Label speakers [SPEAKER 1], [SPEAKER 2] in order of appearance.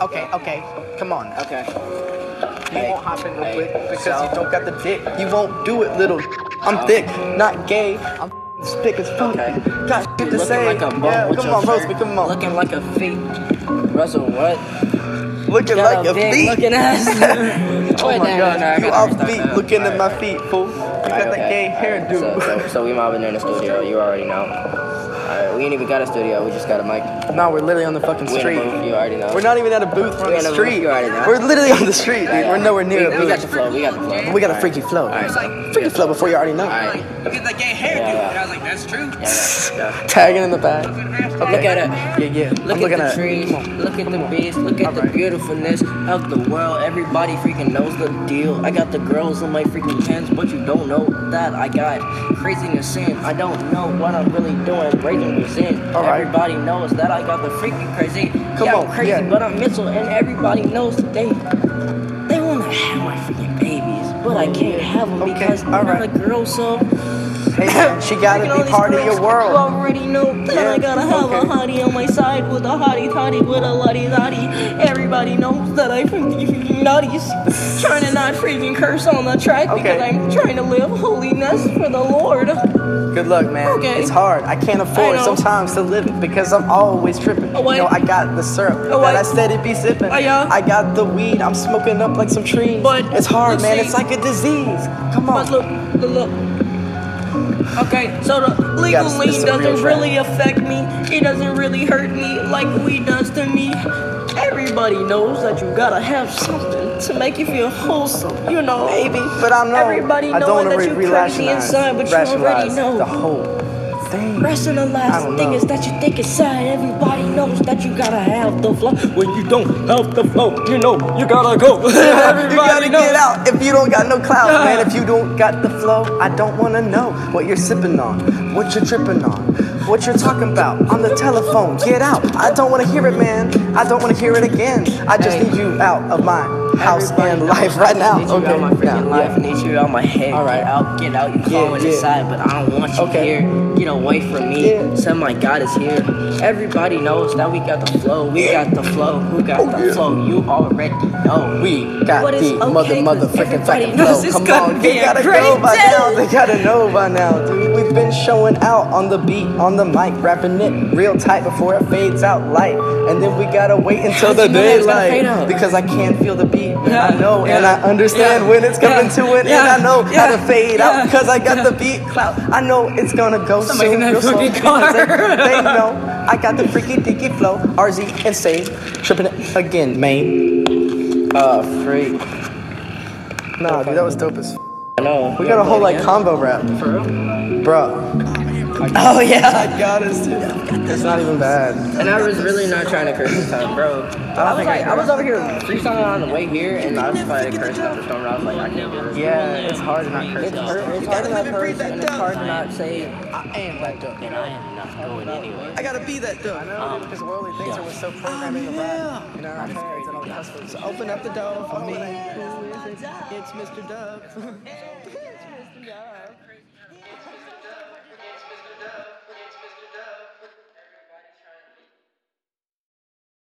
[SPEAKER 1] Okay, okay, come on.
[SPEAKER 2] Okay.
[SPEAKER 1] You won't hop in real
[SPEAKER 2] Hey.
[SPEAKER 1] quick because
[SPEAKER 2] So?
[SPEAKER 1] you don't got the dick. You won't do it, little. I'm thick, not gay. I'm thick as fuck.
[SPEAKER 2] Okay.
[SPEAKER 1] Got shit to
[SPEAKER 2] Looking
[SPEAKER 1] say.
[SPEAKER 2] like a bum
[SPEAKER 1] yeah,
[SPEAKER 2] with
[SPEAKER 1] come
[SPEAKER 2] your
[SPEAKER 1] on, roast me,
[SPEAKER 2] shirt.
[SPEAKER 1] come on.
[SPEAKER 2] Looking like a feet. Russell, what?
[SPEAKER 1] looking
[SPEAKER 2] Got
[SPEAKER 1] like a
[SPEAKER 2] big
[SPEAKER 1] feet.
[SPEAKER 2] Looking ass. oh
[SPEAKER 1] my God, you off feet, looking at
[SPEAKER 2] at
[SPEAKER 1] my feet, fool. You got that gay hairdo.
[SPEAKER 2] So, so, so we mobbing in the studio. You already know. Alright, we ain't even got a studio. We just got a mic.
[SPEAKER 1] no, we're literally on the fucking
[SPEAKER 2] We in a
[SPEAKER 1] street.
[SPEAKER 2] booth, You already know.
[SPEAKER 1] We're not even at a booth. We're
[SPEAKER 2] We're
[SPEAKER 1] on
[SPEAKER 2] in a
[SPEAKER 1] the
[SPEAKER 2] booth,
[SPEAKER 1] street.
[SPEAKER 2] you already know.
[SPEAKER 1] We're literally on the street. dude. We're nowhere near
[SPEAKER 2] We,
[SPEAKER 1] a
[SPEAKER 2] we got
[SPEAKER 1] booth.
[SPEAKER 2] the flow. We got the flow.
[SPEAKER 1] We got a
[SPEAKER 2] Alright.
[SPEAKER 1] freaky flow.
[SPEAKER 2] Alright.
[SPEAKER 1] Freaky flow before you already know.
[SPEAKER 2] Alright.
[SPEAKER 3] Look at that gay hair,
[SPEAKER 2] Yeah,
[SPEAKER 3] dude.
[SPEAKER 2] yeah.
[SPEAKER 3] And I was like, that's true.
[SPEAKER 2] Yeah, yeah.
[SPEAKER 1] Tagging in the back.
[SPEAKER 2] Look at it.
[SPEAKER 1] Yeah, yeah. I'm
[SPEAKER 2] Look at
[SPEAKER 1] looking
[SPEAKER 2] the
[SPEAKER 1] at
[SPEAKER 2] trees, look at the beach, look at the
[SPEAKER 1] Alright.
[SPEAKER 2] beautifulness of the world. Everybody freaking knows the deal. I got the girls in my freaking pants, but you don't know that I got craziness in. I don't know what I'm really doing, raging within.
[SPEAKER 1] Alright.
[SPEAKER 2] Everybody knows that I got the freaking crazy.
[SPEAKER 1] Come
[SPEAKER 2] yeah,
[SPEAKER 1] on,
[SPEAKER 2] I'm crazy,
[SPEAKER 1] yeah.
[SPEAKER 2] but I'm mental, and everybody knows that they they wanna have my freaking babies, but I can't have them
[SPEAKER 1] Oh, Okay,
[SPEAKER 2] because I'm not
[SPEAKER 1] alright.
[SPEAKER 2] a girl, so
[SPEAKER 1] Hey, man, she gotta
[SPEAKER 2] Look at all
[SPEAKER 1] be
[SPEAKER 2] these
[SPEAKER 1] part of your
[SPEAKER 2] girls. You
[SPEAKER 1] world.
[SPEAKER 2] already know that
[SPEAKER 1] Yeah,
[SPEAKER 2] I gotta have
[SPEAKER 1] okay.
[SPEAKER 2] a hottie on my side with a hottie toddy with a lottie lottie. Everybody knows that I'm freaking nutties. trying to not freaking curse on the track because
[SPEAKER 1] Okay.
[SPEAKER 2] I'm trying to live holiness for the Lord.
[SPEAKER 1] Good luck, man.
[SPEAKER 2] Okay.
[SPEAKER 1] It's hard. I can't afford
[SPEAKER 2] know.
[SPEAKER 1] sometimes to live it because I'm always tripping.
[SPEAKER 2] Oh, wait.
[SPEAKER 1] You know, I got the syrup
[SPEAKER 2] Oh,
[SPEAKER 1] that
[SPEAKER 2] wait.
[SPEAKER 1] I steady be sipping.
[SPEAKER 2] Oh, yeah?
[SPEAKER 1] I got the weed. I'm smoking up like some trees.
[SPEAKER 2] But,
[SPEAKER 1] it's hard,
[SPEAKER 2] you
[SPEAKER 1] man.
[SPEAKER 2] see-
[SPEAKER 1] it's like a disease. Come on.
[SPEAKER 2] But look, look, look. Okay, so the
[SPEAKER 1] it's-
[SPEAKER 2] legal
[SPEAKER 1] it's
[SPEAKER 2] lean
[SPEAKER 1] a real
[SPEAKER 2] doesn't
[SPEAKER 1] trap.
[SPEAKER 2] really affect me. It doesn't really hurt me like weed does to me. Everybody knows that you gotta have something to make you feel wholesome, you know.
[SPEAKER 1] Maybe, but I'm not.
[SPEAKER 2] Everybody
[SPEAKER 1] I
[SPEAKER 2] know
[SPEAKER 1] don't
[SPEAKER 2] that
[SPEAKER 1] re-
[SPEAKER 2] you
[SPEAKER 1] re-
[SPEAKER 2] crazy
[SPEAKER 1] rationalize-
[SPEAKER 2] inside, but you already
[SPEAKER 1] rationalize
[SPEAKER 2] know.
[SPEAKER 1] the whole thing. I
[SPEAKER 2] Rationalize
[SPEAKER 1] don't
[SPEAKER 2] the thing
[SPEAKER 1] know.
[SPEAKER 2] is that you think inside. Everybody knows that you gotta have the flow. When you don't have the flow, you know you gotta go.
[SPEAKER 1] you gotta get out if you don't got no clouds, man. If you don't got the flow, I don't wanna know what you're sipping on, what you're tripping on, what you're talking about on the telephone. Get out. I don't wanna hear it, man. I don't wanna hear it again. I just
[SPEAKER 2] Hey.
[SPEAKER 1] need you out of my house and life right now.
[SPEAKER 2] Need you out my freaking
[SPEAKER 1] now,
[SPEAKER 2] life.
[SPEAKER 1] yeah.
[SPEAKER 2] Need you out my head.
[SPEAKER 1] All right.
[SPEAKER 2] Get out. Get out. You
[SPEAKER 1] Yeah,
[SPEAKER 2] calling
[SPEAKER 1] yeah.
[SPEAKER 2] inside, but I don't want you
[SPEAKER 1] Okay.
[SPEAKER 2] here. Get away from me.
[SPEAKER 1] Yeah.
[SPEAKER 2] So my God is here. Everybody knows that we got the flow. We got the flow. Who
[SPEAKER 1] Oh,
[SPEAKER 2] got the flow? You already know.
[SPEAKER 1] We got
[SPEAKER 2] But it's
[SPEAKER 1] the mother,
[SPEAKER 2] okay,
[SPEAKER 1] mother,
[SPEAKER 2] 'cause
[SPEAKER 1] freaking
[SPEAKER 2] everybody
[SPEAKER 1] fucking
[SPEAKER 2] knows
[SPEAKER 1] flow.
[SPEAKER 2] it's
[SPEAKER 1] Come
[SPEAKER 2] gonna
[SPEAKER 1] on,
[SPEAKER 2] be
[SPEAKER 1] they
[SPEAKER 2] a
[SPEAKER 1] gotta
[SPEAKER 2] great
[SPEAKER 1] go by
[SPEAKER 2] day.
[SPEAKER 1] now. They gotta know by now, dude. We've been showing out on the beat, on the mic, rapping it real tight before it fades out light. And then we gotta wait until the
[SPEAKER 2] How'd you know it was gonna
[SPEAKER 1] daylight
[SPEAKER 2] fade out?
[SPEAKER 1] because I can't feel the beat.
[SPEAKER 2] Yeah,
[SPEAKER 1] I know and I
[SPEAKER 2] yeah,
[SPEAKER 1] understand
[SPEAKER 2] yeah,
[SPEAKER 1] when it's coming
[SPEAKER 2] yeah,
[SPEAKER 1] to it,
[SPEAKER 2] yeah,
[SPEAKER 1] and I know how to
[SPEAKER 2] yeah,
[SPEAKER 1] fade out
[SPEAKER 2] yeah,
[SPEAKER 1] because I got the beat clout. I know it's gonna go
[SPEAKER 2] Somebody
[SPEAKER 1] soon.
[SPEAKER 2] in that
[SPEAKER 1] real soon,
[SPEAKER 2] fucking
[SPEAKER 1] because
[SPEAKER 2] car.
[SPEAKER 1] they- They know I got the freaky dicky flow. RZ and Save tripping it again, man.
[SPEAKER 2] Uh, freak.
[SPEAKER 1] Nah, dude, that was dope as. F-
[SPEAKER 2] I know.
[SPEAKER 1] We got a whole like combo rap,
[SPEAKER 2] For real?
[SPEAKER 1] bro.
[SPEAKER 2] Oh yeah.
[SPEAKER 1] I got us, dude. It's not even bad.
[SPEAKER 2] And I was really not trying to curse this time, bro. I, was
[SPEAKER 1] think I
[SPEAKER 2] like, I, was
[SPEAKER 1] cursed.
[SPEAKER 2] over here freestyling on the way here, and I was trying to curse at the time. I was like, I can't do this.
[SPEAKER 1] Yeah, it's hard to not
[SPEAKER 2] It's hard, it's hard to not curse, and it's hard to not say, I am that duck, and I am not going anywhere.
[SPEAKER 1] I gotta be that dude. I know, dude, because worldly things are what's so programmed in the rap, in our heads and all the cuss words. So open up the door for me. Who is it? It's Mr. Dub.